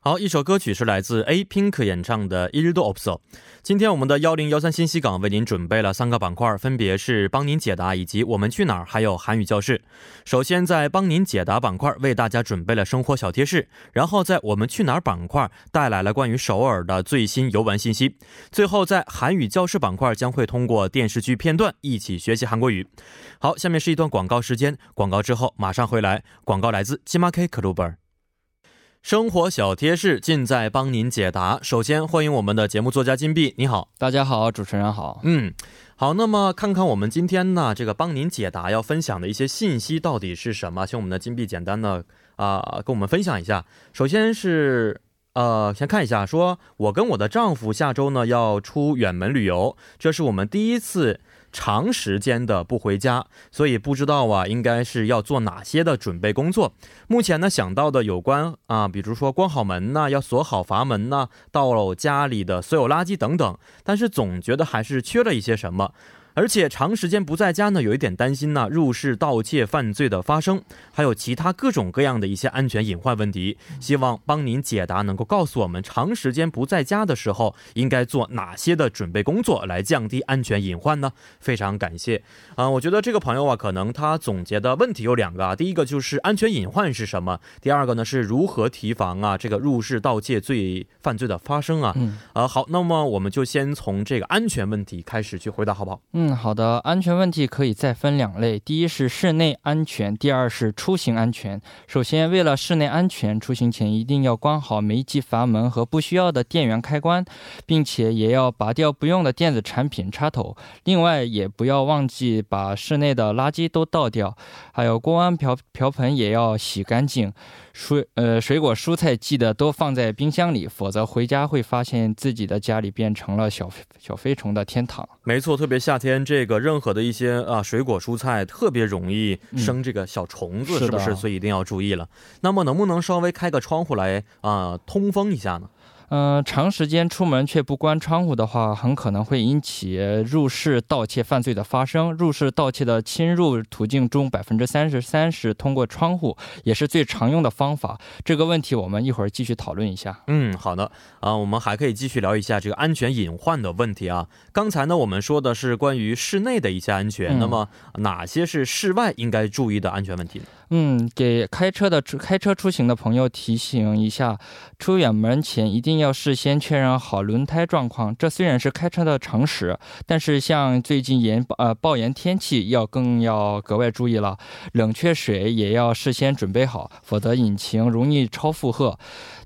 好，一首歌曲是来自 A Pink 演唱的《일도없어》。今天我们的幺零幺三信息港为您准备了三个板块，分别是帮您解答，以及我们去哪儿，还有韩语教室。首先在帮您解答板块为大家准备了生活小贴士，然后在我们去哪儿板块带来了关于首尔的最新游玩信息。最后在韩语教室板块将会通过电视剧片段一起学习韩国语。好，下面是一段广告时间，广告之后马上回来。广告来自 g m a K Club。生活小贴士尽在帮您解答。首先欢迎我们的节目作家金币，你好。大家好，主持人好。嗯，好，那么看看我们今天呢，这个帮您解答要分享的一些信息到底是什么？请我们的金币简单的啊、跟我们分享一下。首先是呃，先看一下，说我跟我的丈夫下周呢要出远门旅游，这是我们第一次长时间的不回家，所以不知道啊，应该是要做哪些的准备工作。目前呢想到的有关啊，比如说关好门呐、要锁好阀门呐、倒了家里的所有垃圾等等，但是总觉得还是缺了一些什么。而且长时间不在家呢，有一点担心呢、入室盗窃犯罪的发生，还有其他各种各样的一些安全隐患问题。希望帮您解答，能够告诉我们长时间不在家的时候应该做哪些的准备工作来降低安全隐患呢？非常感谢啊、我觉得这个朋友啊，可能他总结的问题有两个啊，第一个就是安全隐患是什么，第二个呢是如何提防啊这个入室盗窃罪犯罪的发生啊。嗯啊，好，那么我们就先从这个安全问题开始去回答，好不好？嗯，好的。安全问题可以再分两类，第一是室内安全，第二是出行安全。首先，为了室内安全，出行前一定要关好煤气阀门和不需要的电源开关，并且也要拔掉不用的电子产品插头。另外，也不要忘记把室内的垃圾都倒掉，还有锅碗瓢瓢盆也要洗干净。水呃水果蔬菜记得都放在冰箱里，否则回家会发现自己的家里变成了小小飞虫的天堂。没错，特别夏天，这个任何的一些啊水果蔬菜特别容易生这个小虫子，嗯是的是不是？所以一定要注意了。那么能不能稍微开个窗户来啊、通风一下呢？嗯、长时间出门却不关窗户的话，很可能会引起入室盗窃犯罪的发生。入室盗窃的侵入途径中，百分之三十三是通过窗户，也是最常用的方法。这个问题我们一会儿继续讨论一下。嗯，好的啊，我们还可以继续聊一下这个安全隐患的问题啊。刚才呢，我们说的是关于室内的一些安全，嗯那么哪些是室外应该注意的安全问题呢？嗯，给开车的出开车出行的朋友提醒一下，出远门前一定要事先确认好轮胎状况。这虽然是开车的常识，但是像最近炎呃暴炎天气，要更要格外注意了。冷却水也要事先准备好，否则引擎容易超负荷。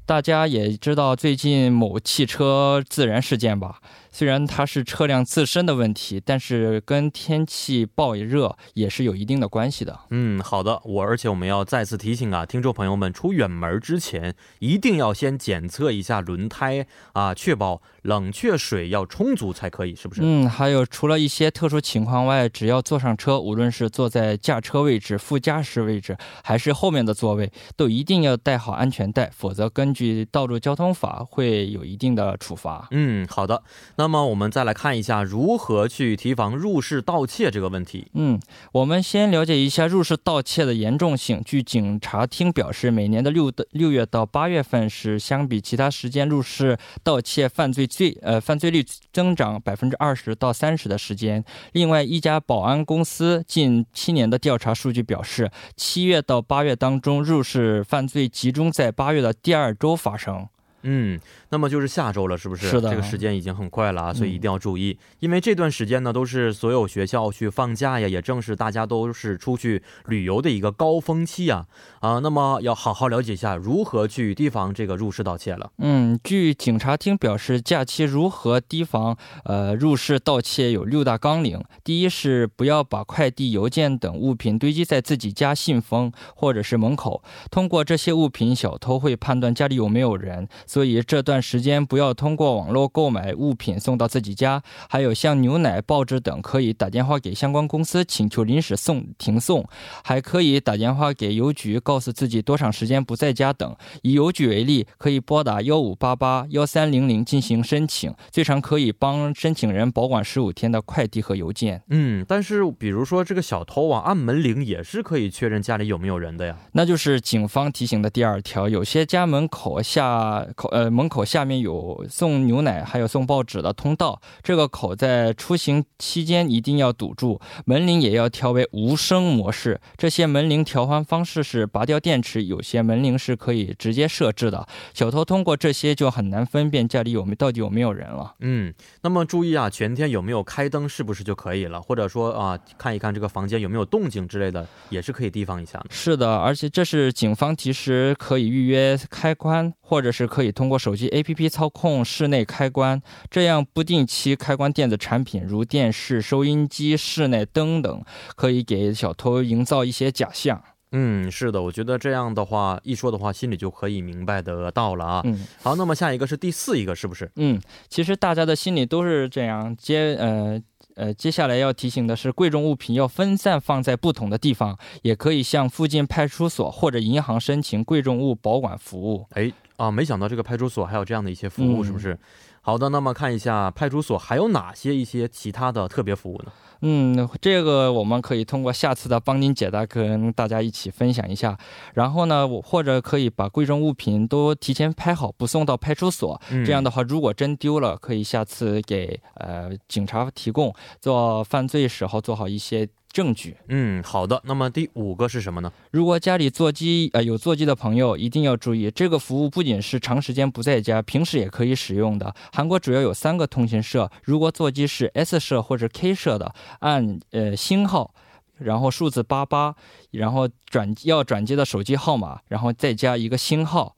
大家也知道最近某汽车自燃事件吧？虽然它是车辆自身的问题，但是跟天气暴热也是有一定的关系的。嗯，好的，我而且我们要再次提醒啊，听众朋友们，出远门之前一定要先检测一下轮胎啊，确保冷却水要充足才可以，是不是？嗯，还有除了一些特殊情况外，只要坐上车，无论是坐在驾车位置、副驾驶位置，还是后面的座位，都一定要带好安全带，否则根据道路交通法会有一定的处罚。嗯，好的。那么我们再来看一下如何去提防入室盗窃这个问题。嗯，我们先了解一下入室盗窃的严重性。据警察厅表示，每年的六的六月到八月份是相比其他时间入室盗窃犯罪罪呃犯罪率增长百分之二十到三十的时间。另外，一家保安公司近七年的调查数据表示，七月到八月当中，入室犯罪集中在八月的第二周发生。嗯，那么就是下周了，是不是？是的嗯这个时间已经很快了啊，所以一定要注意，因为这段时间呢，都是所有学校去放假呀，也正是大家都是出去旅游的一个高峰期啊啊，那么要好好了解一下如何去提防这个入室盗窃了。嗯，据警察厅表示，假期如何提防呃入室盗窃有六大纲领。第一是不要把快递、邮件等物品堆积在自己家信封或者是门口，通过这些物品，小偷会判断家里有没有人，所以这段时间不要通过网络购买物品送到自己家。还有像牛奶、报纸等，可以打电话给相关公司请求临时送停送，还可以打电话给邮局，告诉自己多长时间不在家等。以邮局为例，可以拨打幺五八八幺三零零进行申请，最长可以帮申请人保管十五天的快递和邮件。嗯，但是比如说这个小偷啊，按门铃也是可以确认家里有没有人的呀。那就是警方提醒的第二条，有些家门口下口呃门口下面有送牛奶还有送报纸的通道，这个口在出行期间一定要堵住，门铃也要调为无声模式。这些门铃调换方式是拔掉电池，有些门铃是可以直接设置的。小偷通过这些就很难分辨家里有没到底有没有人了。嗯，那么注意啊，全天有没有开灯是不是就可以了？或者说啊，看一看这个房间有没有动静之类的，也是可以提防一下的。是的，而且这是警方提示可以预约开关，或者是可以通过手机 APP 操控室内开关，这样不定期开关电子产品如电视、收音机、室内灯等，可以给小偷营造一些假象。嗯，是的，我觉得这样的话一说的话，心里就可以明白得到了啊。嗯好，那么下一个是第四一个，是不是？嗯，其实大家的心里都是这样，接呃。呃，接下来要提醒的是，贵重物品要分散放在不同的地方，也可以向附近派出所或者银行申请贵重物保管服务。哎啊，没想到这个派出所还有这样的一些服务，嗯是不是？好的，那么看一下派出所还有哪些一些其他的特别服务呢？嗯，这个我们可以通过下次的帮您解答跟大家一起分享一下。然后呢，我或者可以把贵重物品都提前拍好，不送到派出所。嗯、这样的的话，如果真丢了，可以下次给呃警察提供，做犯罪时候做好一些证据。嗯，好的。那么第五个是什么呢？如果家里座机呃有座机的朋友，一定要注意，这个服务不仅是长时间不在家，平时也可以使用的。韩国主要有三个通讯社，如果座机是 S 社或者 K 社的，按呃星号。然后数字八八，然后转要转接的手机号码，然后再加一个星号，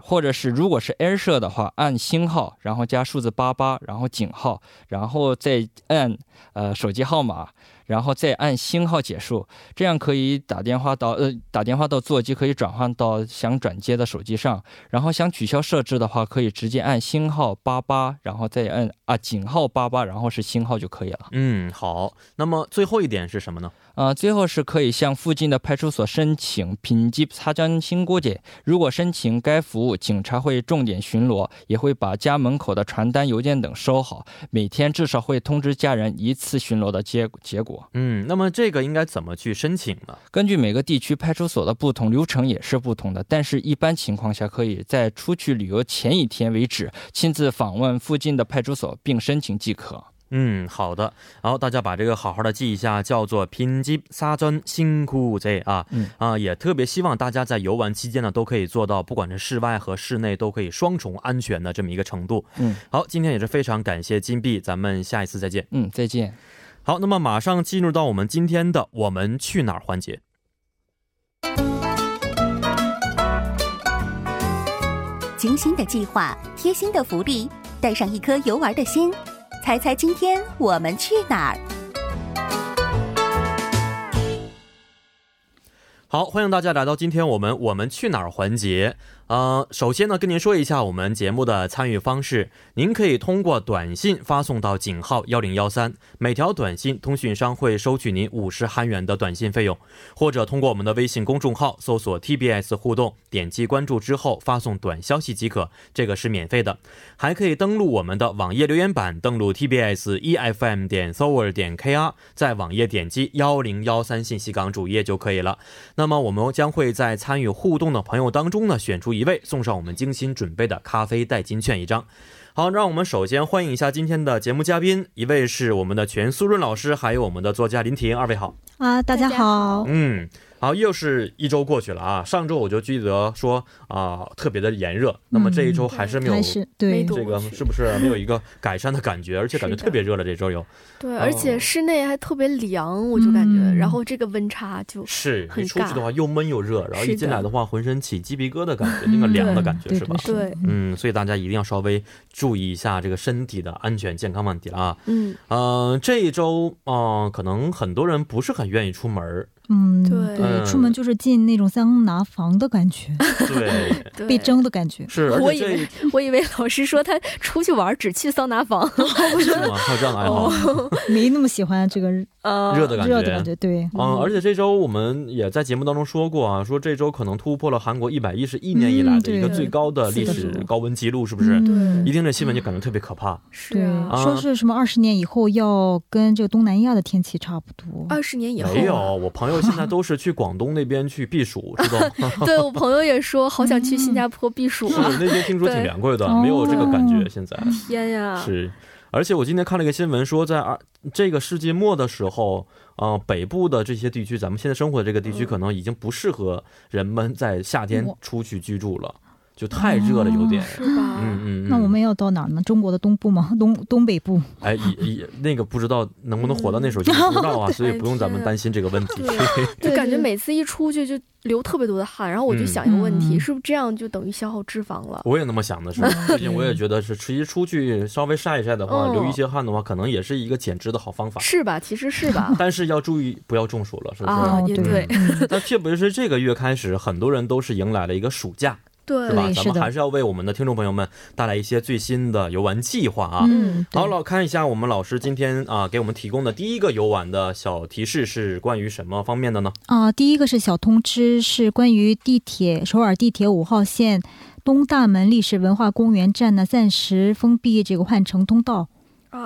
或者是如果是 A 社的话，按星号，然后加数字八八，然后井号，然后再按呃手机号码，然后再按星号结束。这样可以打电话到呃打电话到座机，可以转换到想转接的手机上。然后想取消设置的话，可以直接按星号八八，然后再按啊井号八八，然后是星号就可以了。嗯，好。那么最后一点是什么呢？啊，最后是可以向附近的派出所申请品级查江新估计。如果申请该服务，警察会重点巡逻，也会把家门口的传单、邮件等收好，每天至少会通知家人一次巡逻的结结果。嗯，那么这个应该怎么去申请呢？根据每个地区派出所的不同，流程也是不同的。但是，一般情况下，可以在出去旅游前一天为止，亲自访问附近的派出所并申请即可。嗯，好的。然后大家把这个好好的记一下，叫做拼接撒砖辛苦这啊、嗯啊，也特别希望大家在游玩期间呢，都可以做到，不管是室外和室内都可以双重安全的这么一个程度。嗯，好，今天也是非常感谢金币，咱们下一次再见。嗯，再见。好，那么马上进入到我们今天的我们去哪儿环节。精心的计划，贴心的福利，带上一颗游玩的心，猜猜今天我们去哪儿？好，欢迎大家来到今天我们我们去哪儿环节。呃，首先呢，跟您说一下我们节目的参与方式，您可以通过短信发送到井号幺零幺三，每条短信通讯商会收取您五十韩元的短信费用，或者通过我们的微信公众号搜索 TBS 互动，点击关注之后发送短消息即可，这个是免费的。还可以登录我们的网页留言板，登录 TBS EFM 点 s o w e r 点 KR，在网页点击幺零幺三信息港主页就可以了。那么我们将会在参与互动的朋友当中呢，选出一位，送上我们精心准备的咖啡代金券一张。好，让我们首先欢迎一下今天的节目嘉宾，一位是我们的全苏润老师，还有我们的作家林婷，二位好。啊，大大家家好，嗯，好，又是一周过去了啊。上周我就记得说啊、特别的炎热，那么这一周还是没有、还是没对读这个过去是不是没有一个改善的感觉？而且感觉是的特别热了，这嗯周有对，哦而且室内还特别凉，我就感觉，嗯然后这个温差就是很你出去的话又闷又热，然后一是进的嗯来的话浑身起鸡皮疙瘩感觉，那个凉的感觉嗯对是吧？对，嗯，所以大家一定要稍微注意一下这个身体的安全健康问题了啊。嗯，呃嗯、这一周，嗯、可能很多人不是很愿意出门儿，嗯，对对，出门就是进那种桑拿房的感觉，对，对被蒸的 感觉。是，而我且以这为我以为老师说他出去玩只去桑拿房，是吗？还有这样的爱哦好，哎没那么喜欢这个呃，哦热的感热的感觉。觉，对，嗯，而且这周我们也在节目当中说过啊，说这周可能突破了韩国一百一十一年以来的一个嗯对最高的历史是的高温记录，是不是？嗯一听这新闻就感觉特别可怕。是对啊，啊说是什么二十年以后要跟这个东南亚的天气差不多。二十年以后没有，我朋友现在都是去广东那边去避暑，知道吗？对我朋友也说，好想去新加坡避暑啊！是那边听说挺对凉快的，哦没有这个感觉。现在天啊呀，是，而且我今天看了一个新闻，说在二这个世纪末的时候，呃，北部的这些地区，咱们现在生活的这个地区，嗯可能已经不适合人们在夏天我出去居住了，就太热了，有点。是嗯吧？嗯嗯，哦那我们要到哪儿呢？中国的东部吗？东东北部？哎，以以那个不知道能不能活到那时候，就不知道 啊，所以不用咱们担心这个问题。就嗯对感觉对每次一出去就流特别多的汗，然后我就嗯想一个问题，嗯是不是这样就等于消耗脂肪了？ 我也那么想的是，最近嗯我也觉得是，其实出去稍微晒一晒的话，哦嗯流一些汗的话，可能也是一个减脂的好方法。？是吧？其实是 吧但是要注意不要中暑了，是不是？啊哦，也对对，嗯但特别是这个月开始，很多人都是迎来了一个暑假，对是吧？对咱嗯是们的还是要为我们的听众朋友们带来一些最新的游玩计划 啊。嗯，对好了，看一下我们老师今天啊给我们提供的第一个游玩的小提示是关于什么方面的呢？啊、第一个是小通知，是关于地铁首尔地铁五号线东大门历史文化公园站呢暂时封闭这个换乘通道。啊，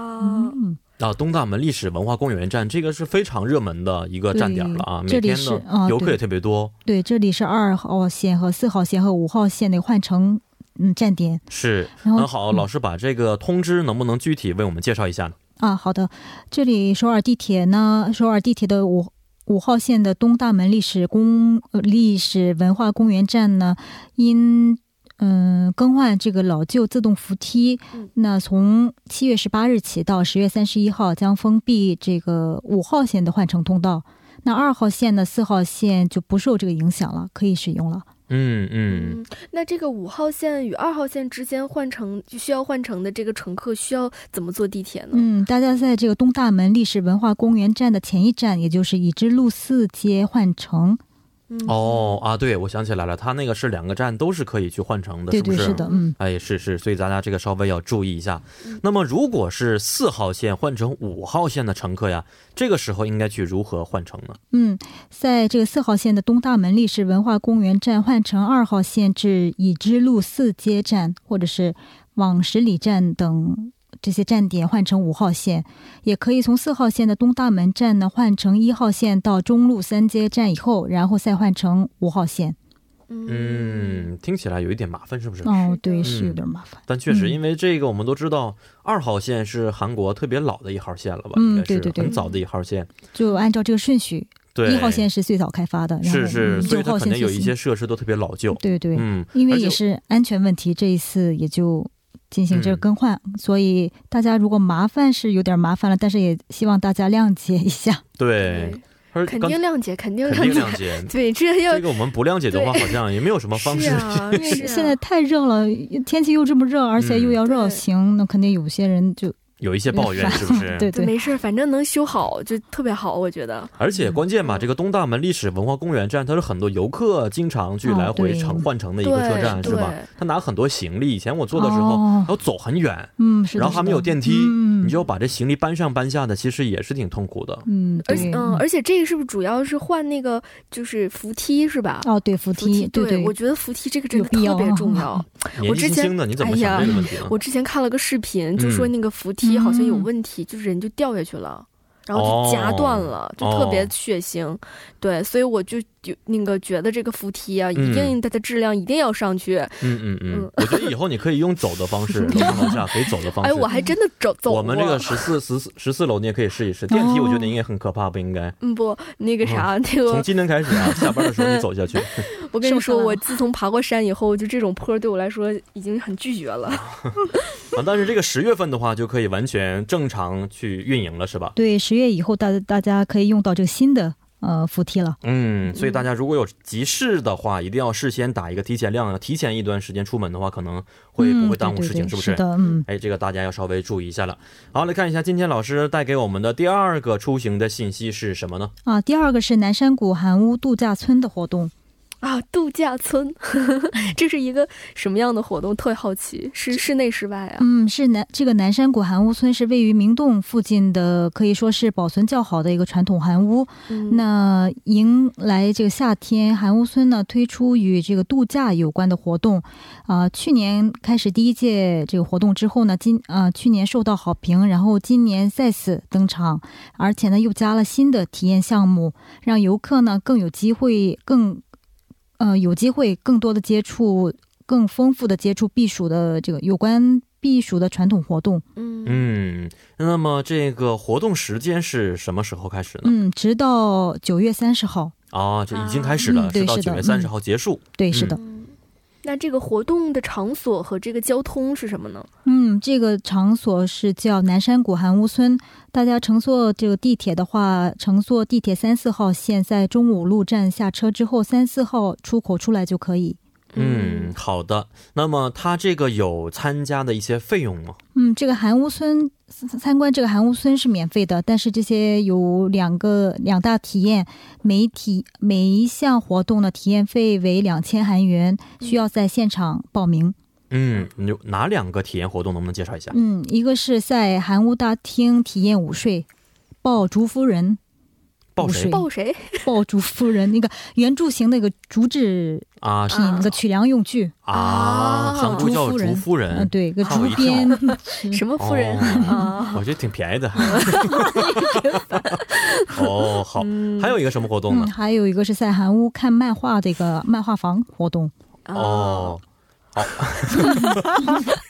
嗯，啊，东大门历史文化公园站这个是非常热门的一个站点了啊，对每天这里呢是、啊游客对也特别多。对，这里是二号线和四号线和五号线的换乘嗯站点。是，然后那好，嗯老师把这个通知能不能具体为我们介绍一下呢？啊，好的，这里首尔地铁呢，首尔地铁的五。五号线的东大门历史公呃历史文化公园站呢，因嗯、更换这个老旧自动扶梯，嗯那从七月十八日起到十月三十一号将封闭这个五号线的换乘通道。那二号线呢，四号线就不受这个影响了，可以使用了。嗯嗯，嗯，那这个五号线与二号线之间换乘就需要换乘的这个乘客需要怎么坐地铁呢？嗯，大家在这个东大门历史文化公园站的前一站，也就是已知路四街换乘。嗯，哦啊，对，我想起来了，它那个是两个站都是可以去换乘的，对是不对，是？是的，嗯。哎，是是，所以大家这个稍微要注意一下嗯。那么，如果是四号线换成五号线的乘客呀，这个时候应该去如何换乘呢？嗯，在这个四号线的东大门历史文化公园站换乘二号线至已知路四街站，或者是往十里站等这些站点换乘五号线，也可以从四号线的东大门站呢换乘一号线到中路三街站以后，然后再换乘五号线。嗯，嗯，听起来有一点麻烦，是不是？哦的，对，嗯是有点麻烦。但确实，嗯因为这个我们都知道，二号线是韩国特别老的一号线了吧？嗯应该是对对对很早的一号线。就按照这个顺序，对，一号线是最早开发的，然后是是，所以六它号可线能有最一新些。设施都特别老旧。对对，嗯，因为而且也是安全问题，这一次也就进行这嗯个更换，所以大家如果麻烦是有点麻烦了，但是也希望大家谅解一下。对，，而肯刚定谅解，肯定肯定谅解，谅 解。 对，这要这个我们不谅解的话，好像也没有什么方是式。啊，是啊现在太热了，天气又这么热，而且又要热对行，那肯定有些人就有一些抱怨，是不是？ 对对，对，没事儿，反正能修好就特别好，我觉得。而且关键吧，嗯这个东大门历史文化公园站，它是很多游客经常去来回哦对乘换乘的一个车站，对是吧对？他拿很多行李，以前我坐的时候哦还要走很远，嗯，是的，然后还没有电梯是的嗯、你就要把这行李搬上搬下的，其实也是挺痛苦的。嗯，而对且，嗯，而且这个是不是主要是换那个就是扶梯是吧？哦，对，扶扶梯，梯，对我觉得扶梯这个真的有必要啊特别重要。年纪轻轻的，你怎么想这个问题呢？哎我之前看了个视频，就说嗯那个扶梯好像有问题，就是人就掉下去了。然后就夹断了，哦就特别血腥，对，所以我就有那个觉得这个扶梯啊，一定它的质量一定要上去。嗯嗯嗯嗯，我觉得以后你可以用走的方 式，楼上楼下可以走的方哎，式。我还真的走走过。哦我们这个十四十四十四楼你也可以试一试，电梯我觉得应该很可怕，不应该。嗯不，那个啥，那从个今天开始啊，下班的时候你走 下去。我跟你受说，伤了我自从爬过山以后，就这种坡对我来说已经很拒绝了。 啊，但是这个十月份的话，就可以完全正常去运营了，是吧？对，十月以后大大家可以用到这个新的。呃扶梯了。嗯，所以大家如果有急事的话，一定要事先打一个提前量，提前一段时间出门的话，可能会不会耽误事情，嗯、对对对是不是？的，嗯，哎，这个大家要稍微注意一下了。好，来看一下今天老师带给我们的第二个出行的信息是什么呢？啊，第二个是南山谷韩屋度假村的活动。啊，度假村， 这是一个什么样的活动？特别好奇，是室内室外啊？嗯，是南这个南山谷韩屋村是位于明洞附近的，可以说是保存较好的一个传统韩屋。嗯那迎来这个夏天，韩屋村呢推出与这个度假有关的活动。啊、去年开始第一届这个活动之后呢，今啊去年受到好评，然后今年再次登场，而且呢又加了新的体验项目，让游客呢更有机会更呃有机会更多的接触更丰富的接触避暑的这个有关避暑的传统活动。嗯嗯，那么这个活动时间是什么时候开始呢？嗯，直到九月三十号。啊，这已经开始了，啊嗯对直到是的九月三十号结束。对，是嗯的。嗯，那这个活动的场所和这个交通是什么呢？嗯，这个场所是叫南山谷韩屋村。大家乘坐这个地铁的话，乘坐地铁三四号线，在中五路站下车之后，三四号出口出来就可以。嗯，好的。那么他这个有参加的一些费用吗？嗯，这个韩屋村参参观这个韩屋村是免费的，但是这些有两个两大体验，每一体每一项活动的体验费为两千韩元，需要在现场报名。嗯，有哪两个体验活动能不能介绍一下？嗯，一个是在韩屋大厅体验午睡，抱竹夫人，报午谁睡抱谁？爆竹夫人那个圆柱形那个竹制啊品，嗯那个取粮用具，啊，韩国叫竹夫嗯、人，对，个吓我竹一跳编，什么夫人哦啊？我觉得挺便宜的。哦，好，还有一个什么活动嗯，呢？还有一个是在韩屋看漫画的一个漫画房活动， 啊哦，好，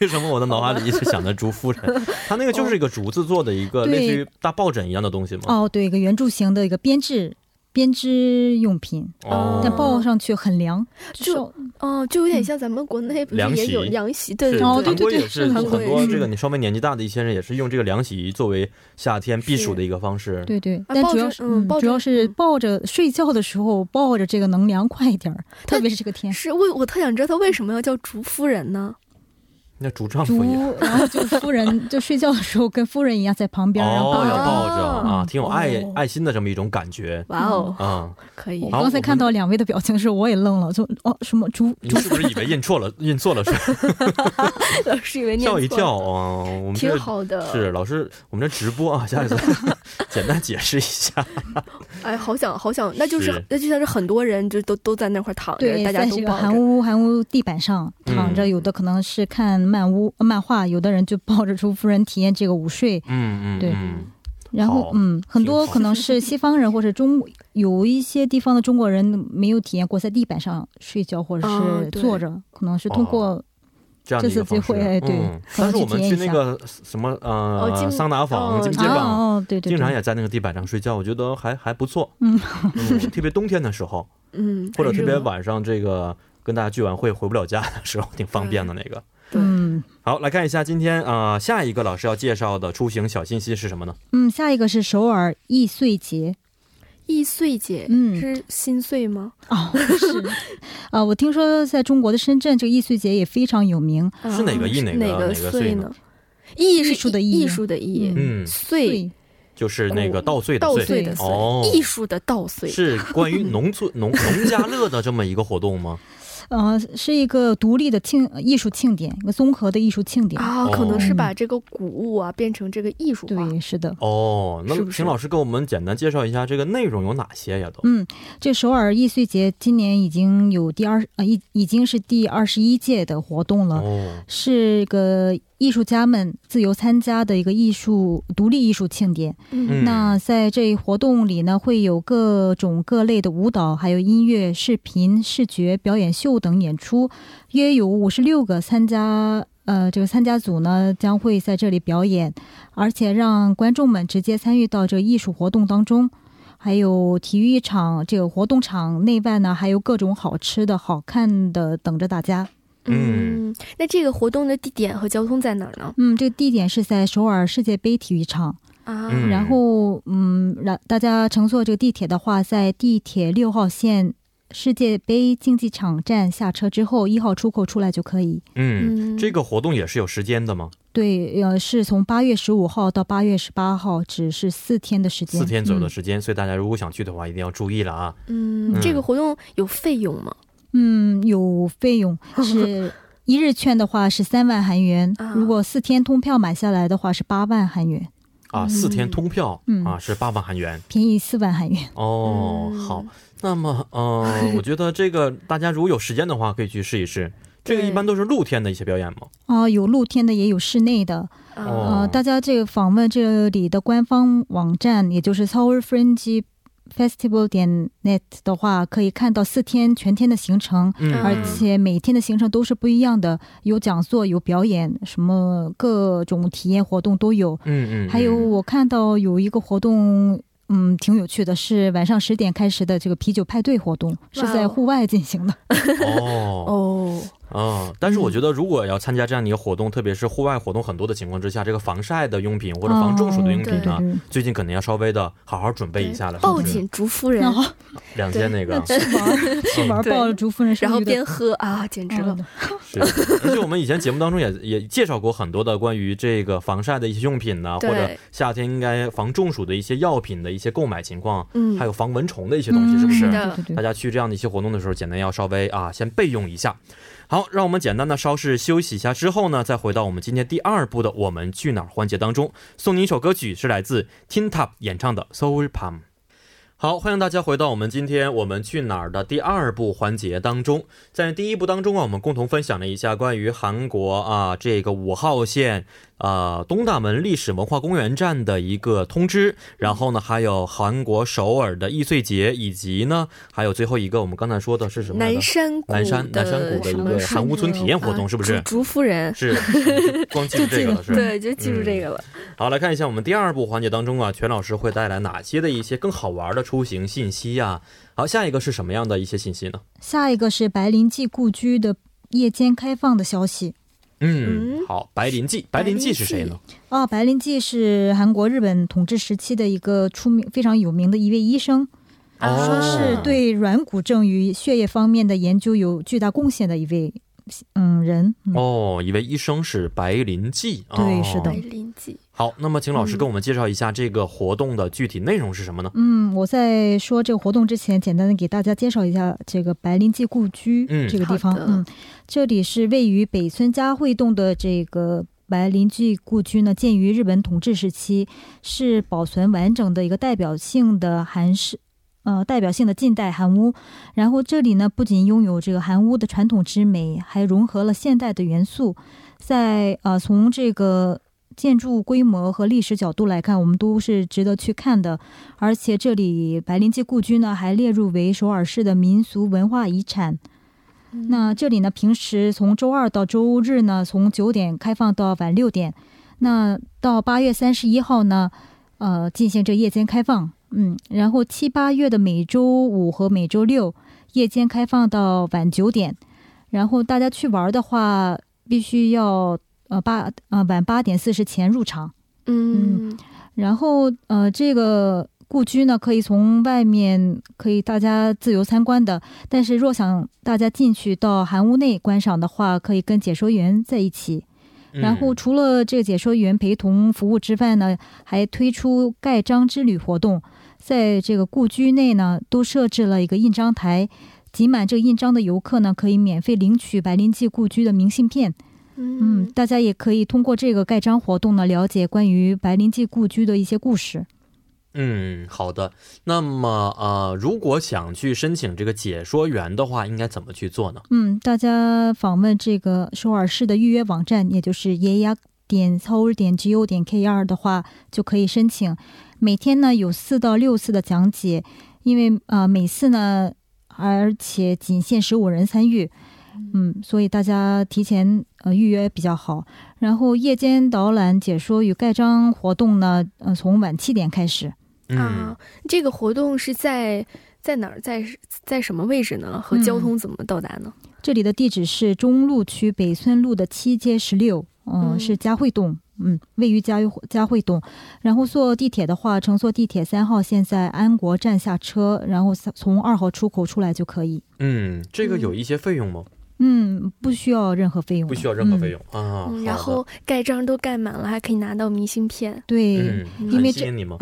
为什么我的脑海里一直想着竹夫人？它那个就是一个竹子做的一个对类似于大抱枕一样的东西吗？哦，对，一个圆柱形的一个编织编织用品，但哦，抱上去很凉，就是哦，就有点像咱们国内不是凉席也有凉席，对嗯是对哦韩对国也对对，是韩很国也多是这个你稍微年纪大的一些人也是用这个凉席作为夏天避暑的一个方式。对对，啊但抱主着要是嗯抱着主要是嗯抱着睡觉的时候抱着这个能凉快一点儿，但特别是这个天。是我我特想知道他为什么要叫竹夫人呢？那竹丈竹 夫也。，然后就夫人就睡觉的时候跟夫人一样在旁边，然后哦，抱要着抱着啊，嗯挺有爱哦爱心的这么一种感觉哇 哦，啊。可以 我好刚才看到两位的表情时，我也愣了，就哦什么猪你猪是不是以为印错 了？印错了是吧？老师以为念跳一错了跳，啊！我们这挺好的。是老师，我们这直播啊，下一次 简单解释一下。哎，好想好想，那就是是那就像是很多人就都都在那块躺着，对，大家在都这个抱韩着。屋韩屋地板上嗯躺着，有的可能是看漫屋呃漫画，有的人就抱着朱夫人体验这个午睡，嗯嗯对嗯，然好后嗯，很多好可能是西方人或者中有一些地方的中国人没有体验过在地板上睡觉或者哦是对坐着，可能是通过哦这样的一个方式。这次机会哎对嗯，可但能是我们去那去体验一下个什么哦呃金桑拿房、哦金嗯街肩坊，哦哦对对，经常对也在那个地板上睡觉，我觉得还还不错。嗯 嗯，特别冬天的时候，嗯，或者很特别热晚上这个跟大家聚完会回不了家的时候，挺方便的那个。对嗯。好，来看一下今天啊、呃下一个老师要介绍的出行小信息是什么呢？嗯，下一个是首尔易碎节易碎节，嗯是心碎吗？哦，是 啊、我听说在中国的深圳这个易碎节也非常有名，是哪个易啊哪个哪哪个碎碎呢呢？艺艺是术的艺艺艺术的艺，嗯嗯，碎就是那哦个稻穗的稻穗。穗的穗哦，艺术的稻穗。是 关于农村农农家乐的这么一个活动吗？呃，是一个独立的庆呃艺术庆典，一个综合的艺术庆典。啊，可能哦是把这个古物啊变成这个艺术化。对，是的。哦，那是不是请老师给我们简单介绍一下这个内容有哪些呀？都嗯，这首尔易碎节今年已经有第二呃已已经是第二十一届的活动了，哦，是个艺术家们自由参加的一个艺术独立艺术庆典。嗯嗯那在这一活动里呢，会有各种各类的舞蹈，还有音乐、视频、视觉表演秀等演出，约有五十六个参加。呃，这个参加组呢将会在这里表演，而且让观众们直接参与到这个艺术活动当中。还有体育场这个活动场内外呢，还有各种好吃的好看的等着大家。嗯嗯，那这个活动的地点和交通在哪儿呢？嗯，这个地点是在首尔世界杯体育场。啊，嗯然后嗯，然大家乘坐这个地铁的话，在地铁六号线世界杯竞技场站下车之后，一号出口出来就可以。嗯，嗯这个活动也是有时间的吗？对，呃，是从八月十五号到八月十八号，只是四天的时间，四天左右的嗯时间，所以大家如果想去的话，一定要注意了啊。嗯嗯，这个活动有费用吗？嗯，有费用是一日券的话是三万韩元啊，如果四天通票买下来的话是八万韩元，啊，四天通票、嗯啊是八万韩元便宜四万韩元。哦。嗯好，那么呃，我觉得这个大家如果有时间的话，可以去试一试。这个一般都是露天的一些表演嘛。啊、有露天的，也有室内的。啊哦呃，大家这个访问这里的官方网站，也就是 Seoul Fringe Festival 点 net 的话，可以看到四天全天的行程，嗯，而且每天的行程都是不一样的，有讲座，有表演，什么各种体验活动都有。嗯嗯，还有嗯我看到有一个活动。嗯，挺有趣的，是晚上十点开始的这个啤酒派对活动，是哇在哦户外进行的。哦哦，嗯，但是我觉得如果要参加这样的一个活动，特别是户外活动很多的情况之下，这个防晒的用品或者防中暑的用品呢哦，对对对最近可能要稍微的好好准备一下了。抱是不紧竹夫人然，后是两件那个那 去玩儿去玩儿，对抱着竹夫人，然后是不是有边喝啊，简直点了嗯。是，而且我们以前节目当中也也介绍过很多的关于这个防晒的一些用品啊呢，或对者夏天应该防中暑的一些药品的一些购买情况，嗯还有防蚊虫的一些东西，是不是？是嗯的对对大对，家去这样的一些活动的时候，简单要稍微啊先备用一下。好，让我们简单的稍事休息一下之后呢，再回到我们今天第二部的“我们去哪儿”环节当中，送您一首歌曲，是来自 Tin Tap 演唱的《Soul Palm》。好，欢迎大家回到我们今天我们去哪儿的第二部环节当中。在第一部当中啊，我们共同分享了一下关于韩国啊这个五号线啊东大门历史文化公园站的一个通知，然后呢还有韩国首尔的易碎节，以及呢还有最后一个我们刚才说的是什么来着南？山谷的南山南山谷的一个什么韩屋村体验活动，是不啊是？竹竹夫人，是，光记住这个了，是。嗯对，就记住这个了。好，来看一下我们第二部环节当中啊，全老师会带来哪些的一些更好玩的出行信息呀、好，下一个是什么样的一些信息呢？下一个是白林记故居的夜间开放的消息。嗯，嗯好，白林记，白林记是谁呢？啊，白林记是韩国日本统治时期的一个出名非常有名的一位医生，哦啊说是对软骨症与血液方面的研究有巨大贡献的一位嗯人。嗯哦，一位医生是白林记，哦、对是的白林记，好，那么请老师跟我们介绍一下这个活动的具体内容是什么呢？嗯，我在说这个活动之前，简单的给大家介绍一下这个白林记故居嗯这个地方。好的嗯，这里是位于北村家惠洞的这个白林记故居呢，建于日本统治时期，是保存完整的一个代表性的韩式。呃，代表性的近代韩屋，然后这里呢不仅拥有这个韩屋的传统之美，还融合了现代的元素。在呃，从这个建筑规模和历史角度来看，我们都是值得去看的。而且这里白林记故居呢还列入为首尔市的民俗文化遗产。那这里呢，平时从周二到周日呢，从九点开放到晚六点。那到八月三十一号呢，呃，进行这夜间开放。嗯，然后七八月的每周五和每周六夜间开放到晚九点。然后大家去玩的话，必须要呃八呃晚八点四十前入场。嗯，然后呃，这个故居呢，可以从外面可以大家自由参观的。但是若想大家进去到韩屋内观赏的话，可以跟解说员在一起。然后嗯除了这个解说员陪同服务之外呢，还推出盖章之旅活动。在这个故居内呢，都设置了一个印章台，集满这个印章的游客呢，可以免费领取白林记故居的明信片。嗯，嗯大家也可以通过这个盖章活动呢，了解关于白林记故居的一些故事。嗯，好的。那么呃，如果想去申请这个解说员的话，应该怎么去做呢？嗯，大家访问这个首尔市的预约网站，也就是 y e y a 点 s o 点 g o 点 k r 的话，就可以申请。每天呢有四到六次的讲解，因为呃每次呢，而且仅限十五人参与。嗯，所以大家提前呃预约比较好。然后夜间导览、解说与盖章活动呢，呃，从晚七点开始。嗯啊，这个活动是在在哪儿，在在什么位置呢？和嗯交通怎么到达呢？这里的地址是中路区北村路的七街十六、呃嗯嗯，是嘉惠洞。嗯，位于嘉惠嘉惠东。然后坐地铁的话，乘坐地铁三号线在安国站下车，然后从二号出口出来就可以。嗯，这个有一些费用吗？嗯，不需要任何费用，不需要任何费用、嗯、啊。嗯、然后盖章都盖满了，还可以拿到明 信片。对，嗯、因为吸这引你吗？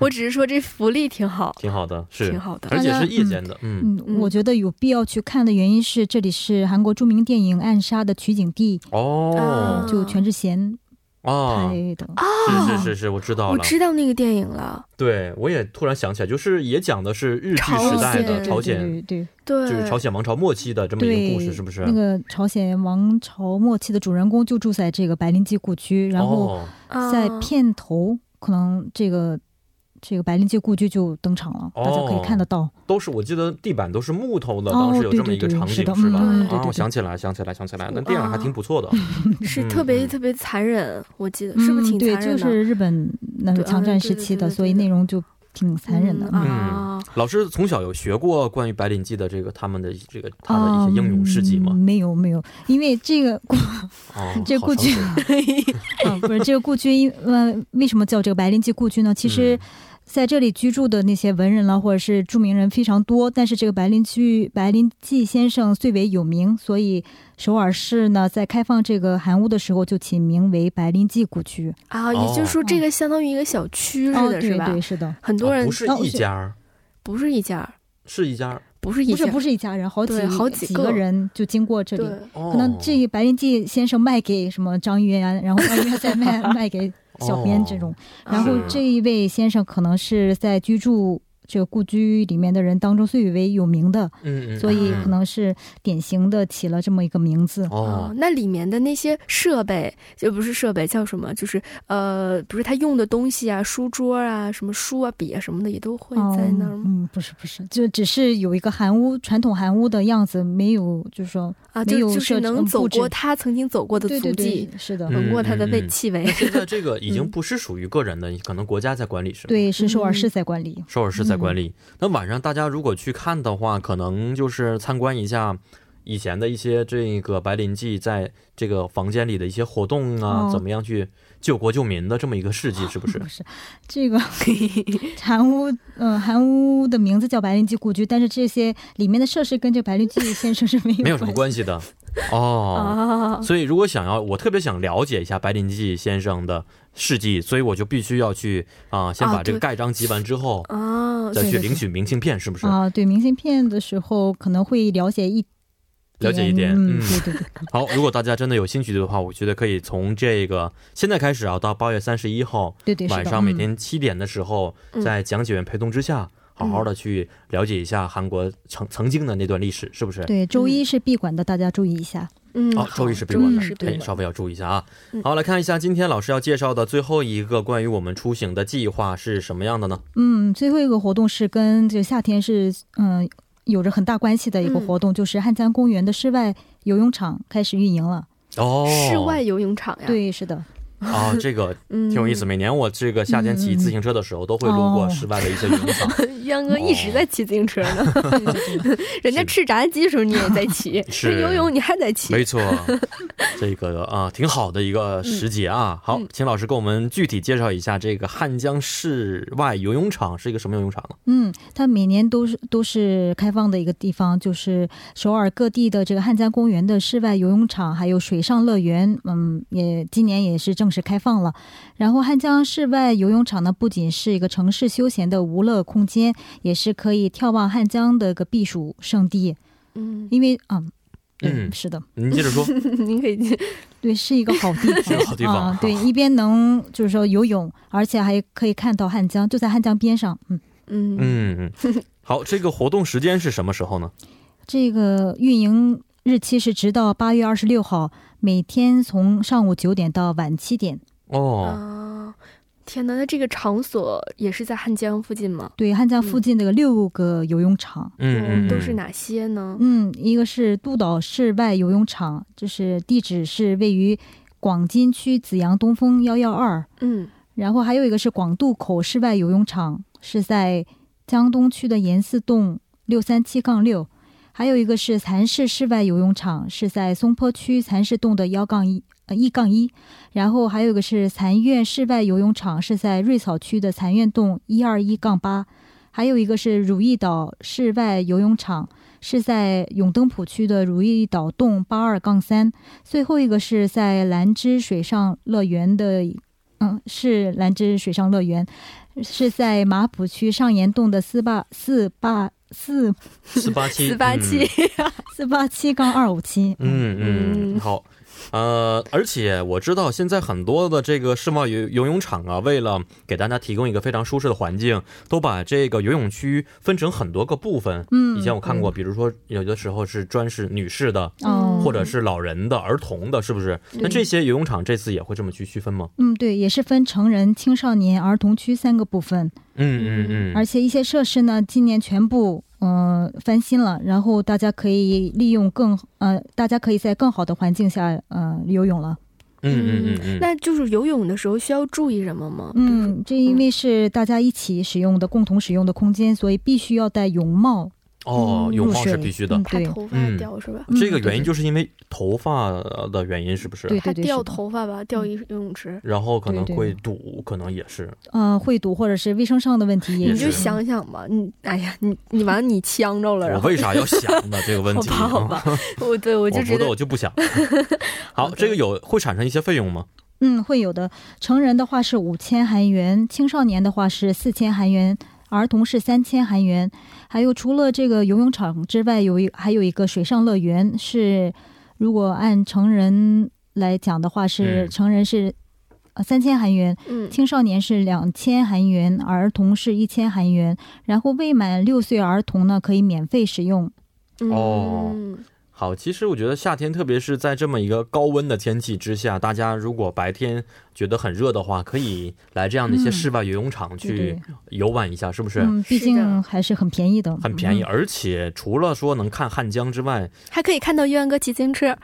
我只是说这福利挺好，挺好的， 是挺好的，而且是夜间的。嗯，嗯，我觉得有必要去看的原因是，这里是韩国著名电影《暗杀》的取景地哦，就全智贤啊拍的。啊，是是是是，我知道我了。知道那个电影了，对，我也突然想起来，就是也讲的是日据时代的朝朝鲜，对对，就是朝鲜王朝末期的这么一个故事，是不是？那个朝鲜王朝末期的主人公就住在这个白林基故居，然后哦在啊片头、可能这个这个白灵街故居就登场了，大家可以看得到。都是我记得地板都是木头的，哦哦当时有这么一个场景、对对对是吧？是的嗯对对啊，我对想起来，想起来，想起来，那哇电影还挺不错的。是嗯特别嗯特别残忍，我记得是不嗯是挺对，残忍就的？是日本那对种强嗯对战时对期对的，对所以对内容就挺残忍的。嗯嗯啊。老师从小有学过关于白领记的这个他们的这个他的一些应用事迹吗嗯？没有没有，因为这个故 哦，这好故伤居心啊不是这个故居，因呃为什么叫这个白灵记故居呢？其实嗯。在这里居住的那些文人啦，或者是著名人非常多，但是这个白灵居白灵记先生最为有名，所以首尔市呢在开放这个韩屋的时候就起名为白灵记故居。啊，也就是说，哦这个相当于一个小区似哦，的，对是吧？对，是的，很多啊人不是哦一是家儿，不是一家，是一家儿不是一不家是，不是一家人，好几对好几几个个人就经过这里对。，哦，可能这个白灵记先生卖给什么张玉安，然后张玉安再卖卖给小编这种。哦然后是这一位先生可能是在居住这个故居里面的人当中最为有名的，嗯嗯，所以嗯可能是典型的起了这么一个名字。哦哦，，那里面的那些设备，就不是设备，叫什么？就是呃，不是他用的东西啊，书桌啊，什么书啊、笔啊什么的，也都会哦在那儿吗？嗯，不是不是，就只是有一个韩屋传统韩屋的样子，没有就是说啊，没有就就设置是能走布置过他曾经走过的对足对迹对，，是的，嗯闻过他的味嗯嗯气味。现在这个已嗯经不是属于个人的，可能国家在管理是吗？对是首尔嗯市在管理。首尔市在管理。那晚上大家如果去看的话，可能就是参观一下以前的一些这个白灵记在这个房间里的一些活动啊，哦怎么样去救国救民的这么一个事迹，是 不是不？是，这 个韩屋，嗯、韩屋的名字叫白灵记故居，但是这些里面的设施跟这白灵记先生是 没有没有什么关系的哦。啊，所以，如果想要，我特别想了解一下白灵记先生的事迹，所以我就必须要去啊、先啊把这个对盖章集完之后，啊，再去对对对领取明信片，是不是？啊，对明信片的时候可能会了解一了解一点，嗯，嗯，对对对，好，如果大家真的有兴趣的话，我觉得可以从这个现在开始啊，到八月三十一号对对 是的嗯晚上每天七点的时候，嗯在讲解员陪同之下，好好的去了解一下韩国曾曾经的那段历史，是不是？对周一是闭馆的，大家注意一下。嗯，好，周一哦是闭馆周的一是，闭哎，馆稍微要注意一下啊嗯。好，来看一下今天老师要介绍的最后一个关于我们出行的计划是什么样的呢？嗯，最后一个活动是跟这个夏天是嗯、有着很大关系的一个活动，就是汉江公园的室外游泳场开始运营了。哦，室外游泳场呀，，对，是的，啊，这个 嗯，挺有意思。。每年我这个夏天骑自行车的时候，都会路过哦室外的一些游泳 场。央哥一直在骑自行车哦呢， 人家吃炸鸡的时候你也在骑，是人游泳你还在没骑，错，这个啊、挺好的一个时节啊。好嗯，请老师给我们具体介绍一下这个汉江室外游泳场是一个什么游泳场呢？ 嗯，它每年都是都是开放的一个地方，就是首尔各地的这个汉江公园的室外游泳场，还有水上乐园，嗯，也今年也是正式开放了。然后汉江室外游泳场呢，不仅是一个城市休闲的娱乐空间，也是可以眺望汉江的一个避暑胜地，嗯，因为啊。对嗯是的，您接着说。您可以对，是一个好地 是方，个好地方啊好！对，一边能就是说游泳，而且还可以看到汉江，就在汉江边上。嗯，嗯嗯，嗯好，这个活动时间是什么时候呢？这个运营日期是直到八月二十六号，每天从上午九点到晚七点。哦，啊，天哪，那这个场所也是在汉江附近吗？哦对，汉江附近的六个游泳场，嗯嗯，嗯都是？哪些呢？嗯，一个是杜岛室外游泳场，就是地址是位于广金区紫阳东风幺幺二，嗯，然后还有一个是广渡口室外游泳场，是在江东区的严四洞六三七杠六。还有一个是蚕室室外游泳场，是在松坡区蚕室洞的幺杠一呃一杠一，然后还有一个是蚕院室外游泳场，是在瑞草区的蚕院洞一二一杠八，还有一个是如意岛室外游泳场，是在永登浦区的如意岛洞八二杠三，最后一个是在兰芝水上乐园的，嗯，是兰芝水上乐园，是在马浦区上岩洞的四八四八四四八七四八七，四八七杠二五七，嗯嗯嗯，好。呃，而且我知道现在很多的这个世贸游游泳场啊，为了给大家提供一个非常舒适的环境，都把这个游泳区分成很多个部分。嗯以前我看过，比如说有的时候是专是女士的，嗯哦，嗯或者是老人的、儿童的，是不是？那这些游泳场这次也会这么去区分吗？嗯，对，也是分成人、青少年、儿童区三个部分，嗯嗯而嗯，且一些设施呢，今年全部嗯、呃翻新了，然后大家可以利用更呃，大家可以在更好的环境下呃游泳了。嗯嗯嗯嗯，那就是游泳的时候需要注意什么吗？嗯，这因为是大家一起使用的、共同使用的空间，所以必须要戴泳帽哦，泳入帽水。是必须的。嗯、怕对头发嗯掉是吧？嗯这个原因就是因为头发的原因，是不是？对怕对对，掉是的嗯头发吧，掉一游泳池。然后可能对对会堵，可能也 是。呃会堵或者是卫生上的问题也也你是就想想吧，你哎呀，你你完了你呛着了，我然后为啥要想呢？这个问好题，啊吧好吧， 我对我我就不觉得我就不 想。好，这个有会产生一些费用吗？嗯，会有的。成人的话是五千韩元，青少年的话是四千韩元，儿童是三千韩元。还有除了这个游泳场之外，有一还有一个水上乐园是，如果按成人来讲的话是、嗯成人是呃三千韩元，嗯青少年是两千韩元，儿童是一千韩元。然后未满六岁儿童呢可以免费使用。哦嗯好，其实我觉得夏天，特别是在这么一个高温的天气之下，大家如果白天觉得很热的话，可以来这样的一些嗯室外游泳场对去对游玩一下，是不是？嗯，毕是的竟还是很便宜的，很便宜，嗯而且除了说能看汉江之 外，还可以看到岳阳哥骑自行车，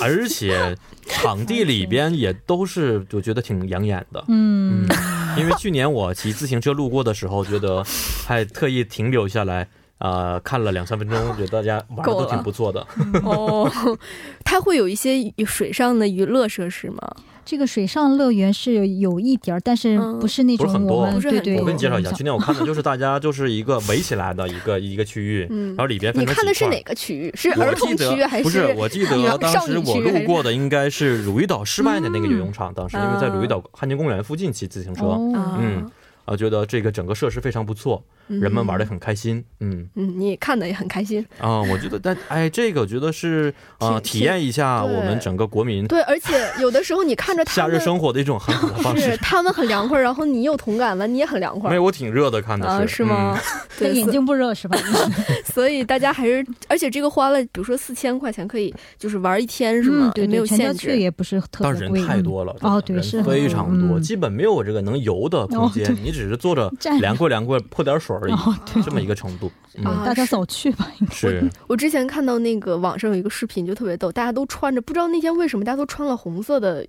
而且场地里边也都是我觉得挺养眼的。嗯嗯，因为去年我骑自行车路过的时候，觉得还特意停留下来，呃，看了两三分钟，觉得大家玩的够都了挺不错的。哦， 它会有一些水上的娱乐设施吗？这个水上乐园是有一点儿，但是嗯不是那不是种很多我们不是很对对，多我跟你介绍一嗯下，我们去年我看的就是大家就是一个围起来的一个一个区域，嗯然后里边分你成看的几是块儿。哪个区域？是儿我童记区得还不是，我记得当时我路过的应该是鲁伊岛室外的那个游嗯泳场，当时因为在鲁伊哦岛汉江公园附近骑自行车，啊、哦啊嗯觉得这个整个设施非常不错，嗯人们玩的的，很开心，嗯嗯，你也看的也很开心。啊、我觉得但哎，这个我觉得是啊、呃挺体验一下对我们整个国民对，而且有的时候你看着他 夏们日生活的一种很好的方是式。他们很凉快，然后你有同感了，你也很凉快没有，我挺热的，看的啊，是、嗯是吗？那 对，眼睛不热 是吧？所所以大家还是，而且这个花了，比如说四千块钱可以就是玩一天是吗嗯？对没对，有全家限去制。也不是嗯？特但别人贵。太多了，哦真的人对是非常多，嗯基本没有这个能游的空间，哦你只是坐着哎站凉快凉快，泼点水而已嗯，然，后对，这么一个程度。嗯，哦啊大家是早去吧，应该是我之前看到那个网上有一个视频，就特别逗，大家都穿着，不知道那天为什么大家都穿了红色的，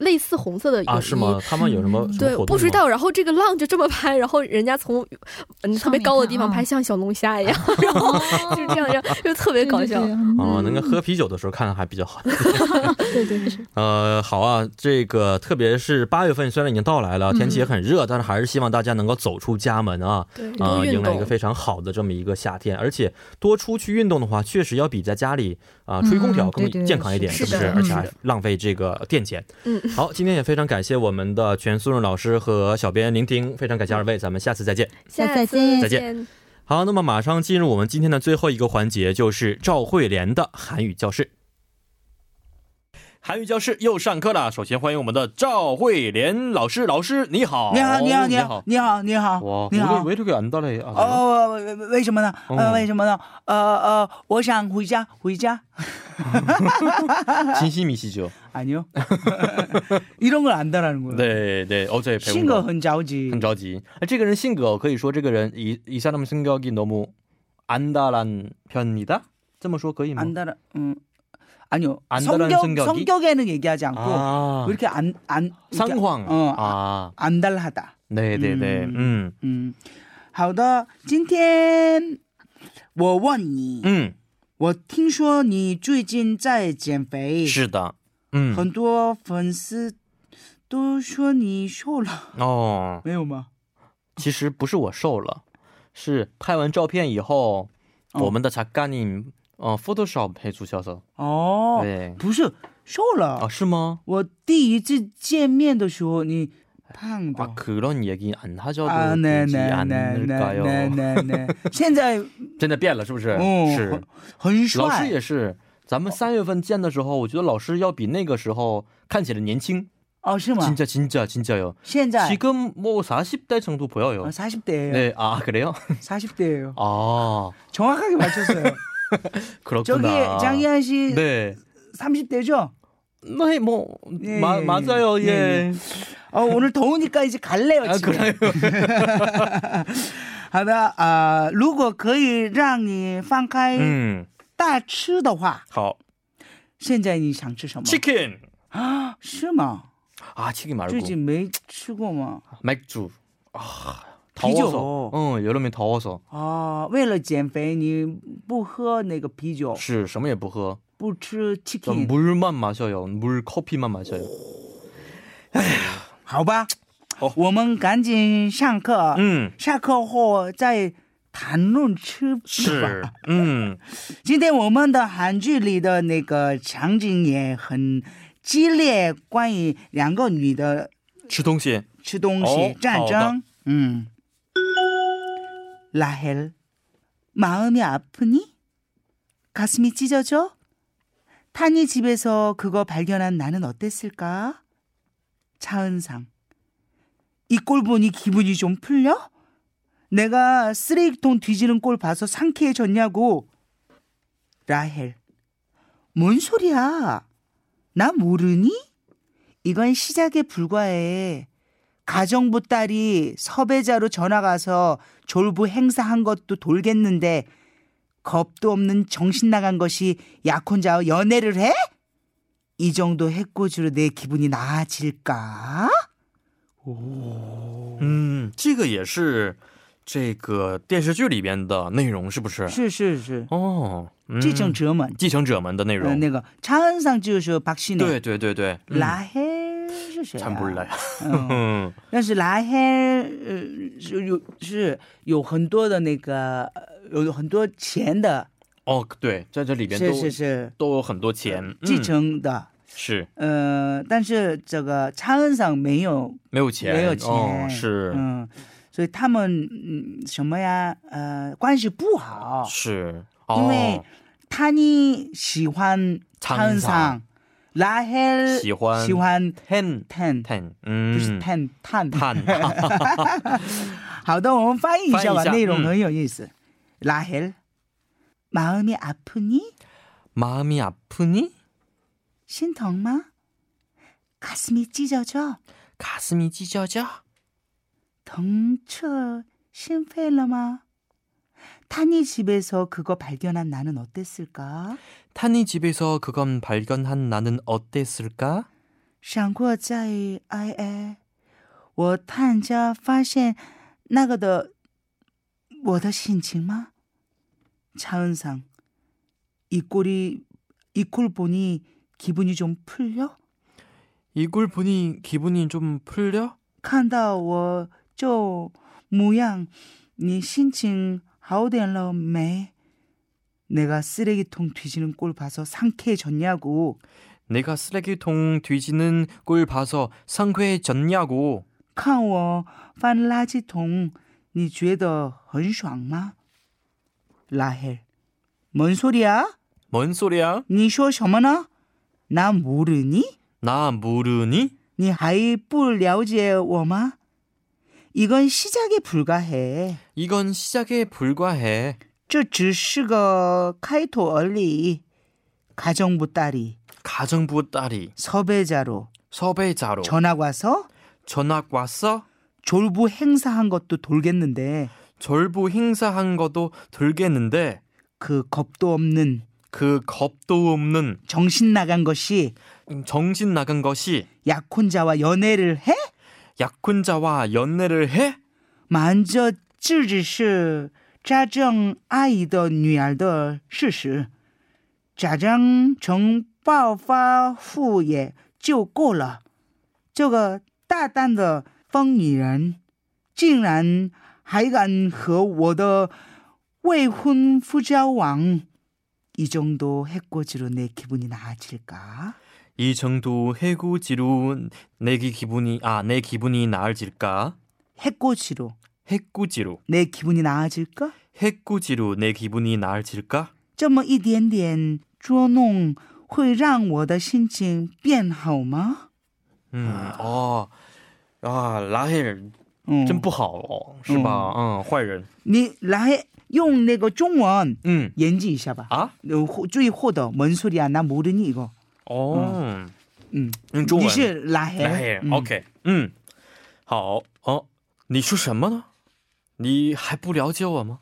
类似红色的泳衣。啊，是吗？他们有什么什么嗯对活动吗，不知。道。然后这个浪就这么拍，然后人家从嗯特别高的地方上面看拍，啊像小龙虾一样， 然后哦就这样，这样就特别搞笑。嗯啊、能够喝啤酒的时候看还比 较好。对对对， 呃，好啊，这个特别是八月份，虽然已经到来了，嗯天气也很热，但是还是希望大家能够走出家门啊，对，啊、多运迎来一个动。非常好的这么一个夏天。而且多出去运动的话，确实要比在家里啊、吹空调嗯更对对健康一点，是不是？是的而且嗯还浪费这个电钱。嗯，好，今天也非常感谢我们的全素润老师和小编聆听，非常感谢二位，咱们下次再见。下次下再次见再见。好，那么马上进入我们今天的最后一个环节，就是赵慧莲的韩语教室。韩语教室又上课了，首先欢迎我们的赵慧莲老师，老师你好，你 아, 好，你好，你好，你好，你好，哇，你好 왜。이렇게 안 달래? 어, 아, 哦，为为为什么呢？哦呃， 어. 为什么呢？呃呃，我想回家，回家。哎 진심이시죠? 아니요. 이런 걸 안다라는 거예요. 네, 네. 어제 배운 신거 거. 흔자오지. 很着急.这个人性格可以说这个人이 사람 생각이 너무 안달한 편이다. 这么说可以吗? 안다라. 음. 아니요. 안다라는 성격 생각이? 성격에는 얘기하지 않고 아, 왜 이렇게 안 안. 이렇게 상황. 어, 아, 안달하다. 네, 네, 네. 음, 음. 好的,今天我问你, 음, 我听说你最近在减肥，是的， 음. 嗯，很多粉丝都说你瘦了， 哦，没有吗？其实不是我瘦了，是拍完照片以后，哦我们的작가님呃 Photoshop 해주셔서 네. 哦，对不是瘦了、啊是吗？我第一次见面的时候你胖的。 아 그런 얘기 안 하셔도 어。 아, 네, 되지 네, 네, 네, 네, 않을까요? 네, 네. 现在真的变了是不是？嗯是，很老师帅也是。咱们三月份见的时候，我觉得老师要比那个时候看起来年轻。哦，是吗 진짜진짜진짜요 现在 지금뭐 40대 정도 보여요. 40 대예요. 네, 아 그래요? 40 대예요. 아 정확하게 맞췄어요. 저기 그렇구나. 장희한 씨 네. 30대죠? 네, 뭐 예, 마, 예, 예. 맞아요. 예. 예, 예. 어, 오늘 더우니까 이제 갈래요, 아 지금. 그래요. 好的啊、呃如果可以让你放开 음, 大吃的话，好.现在你想吃什么？ 치킨. 啊，是吗？ 아 치킨 最 말고 近没吃过吗？ 맥주. 아 더워서. 비죠. 응, 여름에 더워서. 哦，为了减肥，你不喝那个啤酒，是什么也不喝，不吃 저 chicken， 물만 마셔요. 물 커피만 마셔요. 好吧？好我们赶紧上课， 음. 下课后再谈论吃吧。 是，嗯，今天我们的韩剧里的那个场景也很激烈，关于两个女的吃东西，吃东西、哦战好争。嗯， 음. 라헬마음이아프니가슴이찢어져탄이집에서그거발견한나는어땠을까차은상이 꼴 보니 기분이 좀 풀려? 내가 쓰레기통 뒤지는 꼴 봐서 상쾌해졌냐고. 라헬, 뭔 소리야? 나 모르니? 이건 시작에 불과해. 가정부 딸이 섭외자로 전화가서 졸부 행사한 것도 돌겠는데 겁도 없는 정신 나간 것이 약혼자와 연애를 해? 이 정도 해코지로 내 기분이 나아질까? 嗯，这个也是这个电视剧里边的内容，是不是？是是是， 음. 哦，嗯继承者们，呃继承者们的内容，那个 차은상 就是 박신혜 对对对对，嗯 라헬 어. 是谁、啊？惨不忍来，嗯， 嗯，但是拉黑呃是有是有很多的那个呃有很多钱的，哦，对，在这里边都是是是都有很多钱，继嗯承的。是呃，但是这个查恩上没有没有钱，没有钱，哦、是、嗯，所以他们嗯什么呀呃关系不好，是，因为哦，他呢喜欢查恩上，拉黑喜欢呃喜欢 ten ten ten，不是嗯，探探碳， 好的，我们翻译一下吧，翻译一下内容嗯很有意思。拉黑，마음이아프니？ 마음이아프니 心疼吗？가슴이찢어져？ 가슴이찢어져 疼彻心扉了吗？탄이집에서그거발견한나는어땠을까？ 탄이 집에서 그건 발견한 나는 어땠을까? 闪过在 IA，我探家发现那个的我的心情吗？차은상이 꼴이 이 꼴 보니 기분이 좀 풀려? 이걸 보니 기분이 좀 풀려? 看到我这模样，你心情好点了没？내가쓰레기통뒤지는꼴봐서상쾌해졌냐고 내가 쓰레기통 뒤지는 꼴 봐서 상쾌해졌냐고. 看我翻垃圾桶，你觉得很爽吗？拉黑，뭔 소리야？ 뭔 소리야? 你说什么呢？나모르니？ 나 모르니? 你还不了解我吗？이건시작에불과해。 이건 시작에 불과해. 这只是个开头而已。 가정부 딸이 가정부 딸이 섭외자로 섭외자로 전학 와서 전학 왔어? 졸부 행사한 것도 돌겠는데 졸부 행사한 것도 들겠는데 그 겁도 없는 그 겁도 없는 정신 나간 것이 정신 나간 것이 약혼자와 연애를 해? 약혼자와 연애를 해? 만저 찌르시 짜정 아이더 女儿的事实 짜장 정爆发후에就够了。这个大胆的疯女人，竟然还敢和我的未婚夫交往。이 정도 해꼬지로 내 기분이 나아질까? 이 정도 해구지로 내기 기분이 아 내 기분이 나아질까? 해꼬지로 해꾸지로 내 기분이 나아질까? 해꾸지로 내 기분이 나아질까? 这么一点点捉弄会让我的心情变好吗？ 음, 아, 아 라헬 嗯，真不好哦，是吧？嗯，坏人。你来用那个中文嗯研究一下吧。啊，呃，获注意获啊得뭔 소리야? 나 모르니 이거. 어. 哦，嗯，用中文。你是拉黑，来黑人、嗯 OK，嗯，好哦。你说什么呢？你还不了解我吗？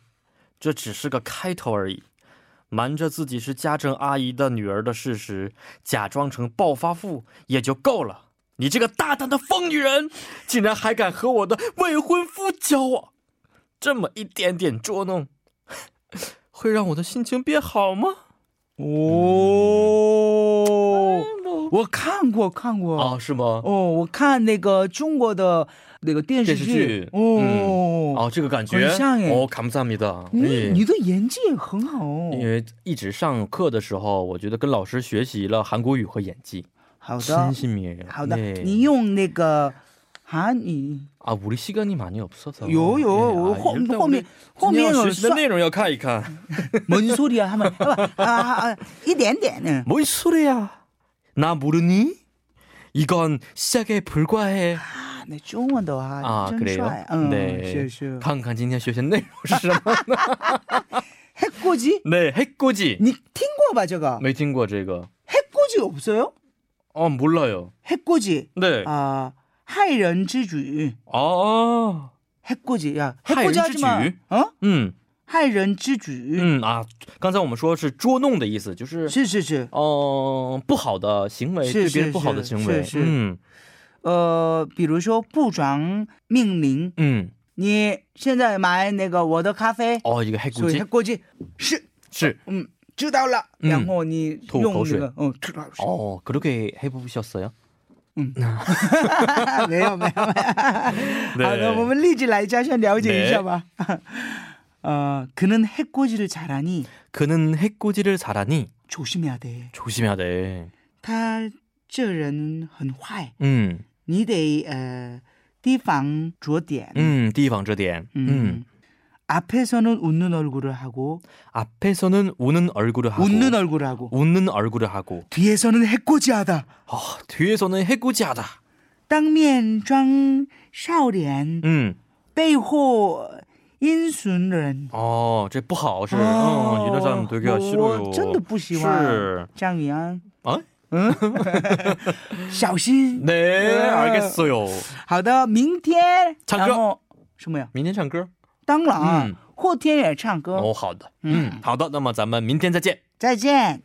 这只是个开头而已。瞒着自己是家政阿姨的女儿的事实，假装成暴发户也就够了。你这个大胆的疯女人，竟然还敢和我的未婚夫交往，这么一点点捉弄， 会让我的心情变好吗？哦，嗯我看过看过啊，是吗？哦，我看那个中国的那个电视电视剧哦，哦，这个感觉很像耶哦，卡姆萨米的，嗯，嗯你的演技也很好哦，因为一直上课的时候，我觉得跟老师学习了韩国语和演技，好的真心迷人。好的， 네 你用那个韩语，啊，우리시간이많이없어서 有有， 네 我 아 后 일단 后面 우리 后面今天要有学习的算嗯内容要看一看。 뭔 소리야 하면 아, 아, 아, 아, 이 낸데 네. 뭔소리야나모르니이건시작에불과해 아, 네, 좋은 더 아, 아, 좀 그래요? 좋아요. 응, 네. 쉬어, 쉬어. 看看今天学习的内容是什 么？ 해꼬지? 네해코지 니 팅고 봐 저거. 没听过这个 해꼬지 없어요? 어몰라요 해꼬지. 네 아, 하이런지주. 아 해꼬지. 야, 해꼬지 하지 하이런지주? 마. 음. 어? 嗯 하이런지주. 嗯啊，刚才我们说是捉弄的意思，就是是是是。嗯，不好的行为，是对是别人不好的行为，是是嗯呃，比如说部长命名嗯，你现在买那个我的咖啡，哦，一个黑咕所以叽 해꼬지 是是嗯知道了，嗯然后你吐用口那水个嗯吐口水。哦，그렇게해보셨어요？ 没有没 有没 네. 有。好的，我们立即来家乡了解一下 吧。呃，그는해꼬지를잘하니 그는해꼬지를잘하니 조심해야 돼。 조심해야 돼. 他这人很坏， 음, 你得呃提防着点。 음, 提防这点. 음, 앞에서는 웃는 얼굴을 하고 앞에서는 우는 얼굴을 하고, 웃는 얼굴을 하고 웃는 얼굴을 하고, 뒤에서는 해꼬지하다. 아, 뒤에서는 해꼬지하다. 땅면 장 샤오리엔 음, 배호 인순런. 어, 아， 这不好是, 어, 이런 사람 되게 뭐 싫어요. 是.张宇安， 어? 小心。 네, 네. 알겠어요. 好的，明天唱歌然后什么呀？明天唱歌.当然啊，嗯后天也唱歌。哦， 어， 好的，嗯嗯，好的，那么咱们明天再见。再见。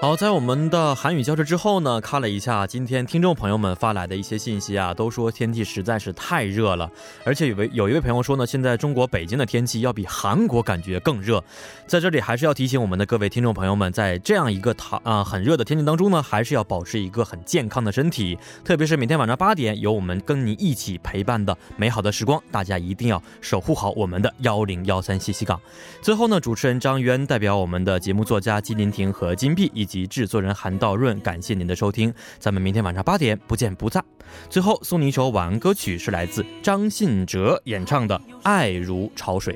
好，在我们的韩语教室之后呢，看了一下今天听众朋友们发来的一些信息啊，都说天气实在是太热了，而且有位有一位朋友说呢，现在中国北京的天气要比韩国感觉更热，在这里还是要提醒我们的各位听众朋友们，在这样一个唐啊、很热的天气当中呢，还是要保持一个很健康的身体，特别是每天晚上八点有我们跟你一起陪伴的美好的时光，大家一定要守护好我们的幺零幺三信息港。最后呢，主持人张渊代表我们的节目作家金林婷和金碧以及制作人韩道润，感谢您的收听，咱们明天晚上八点不见不散。最后送你一首晚安歌曲，是来自张信哲演唱的《爱如潮水》。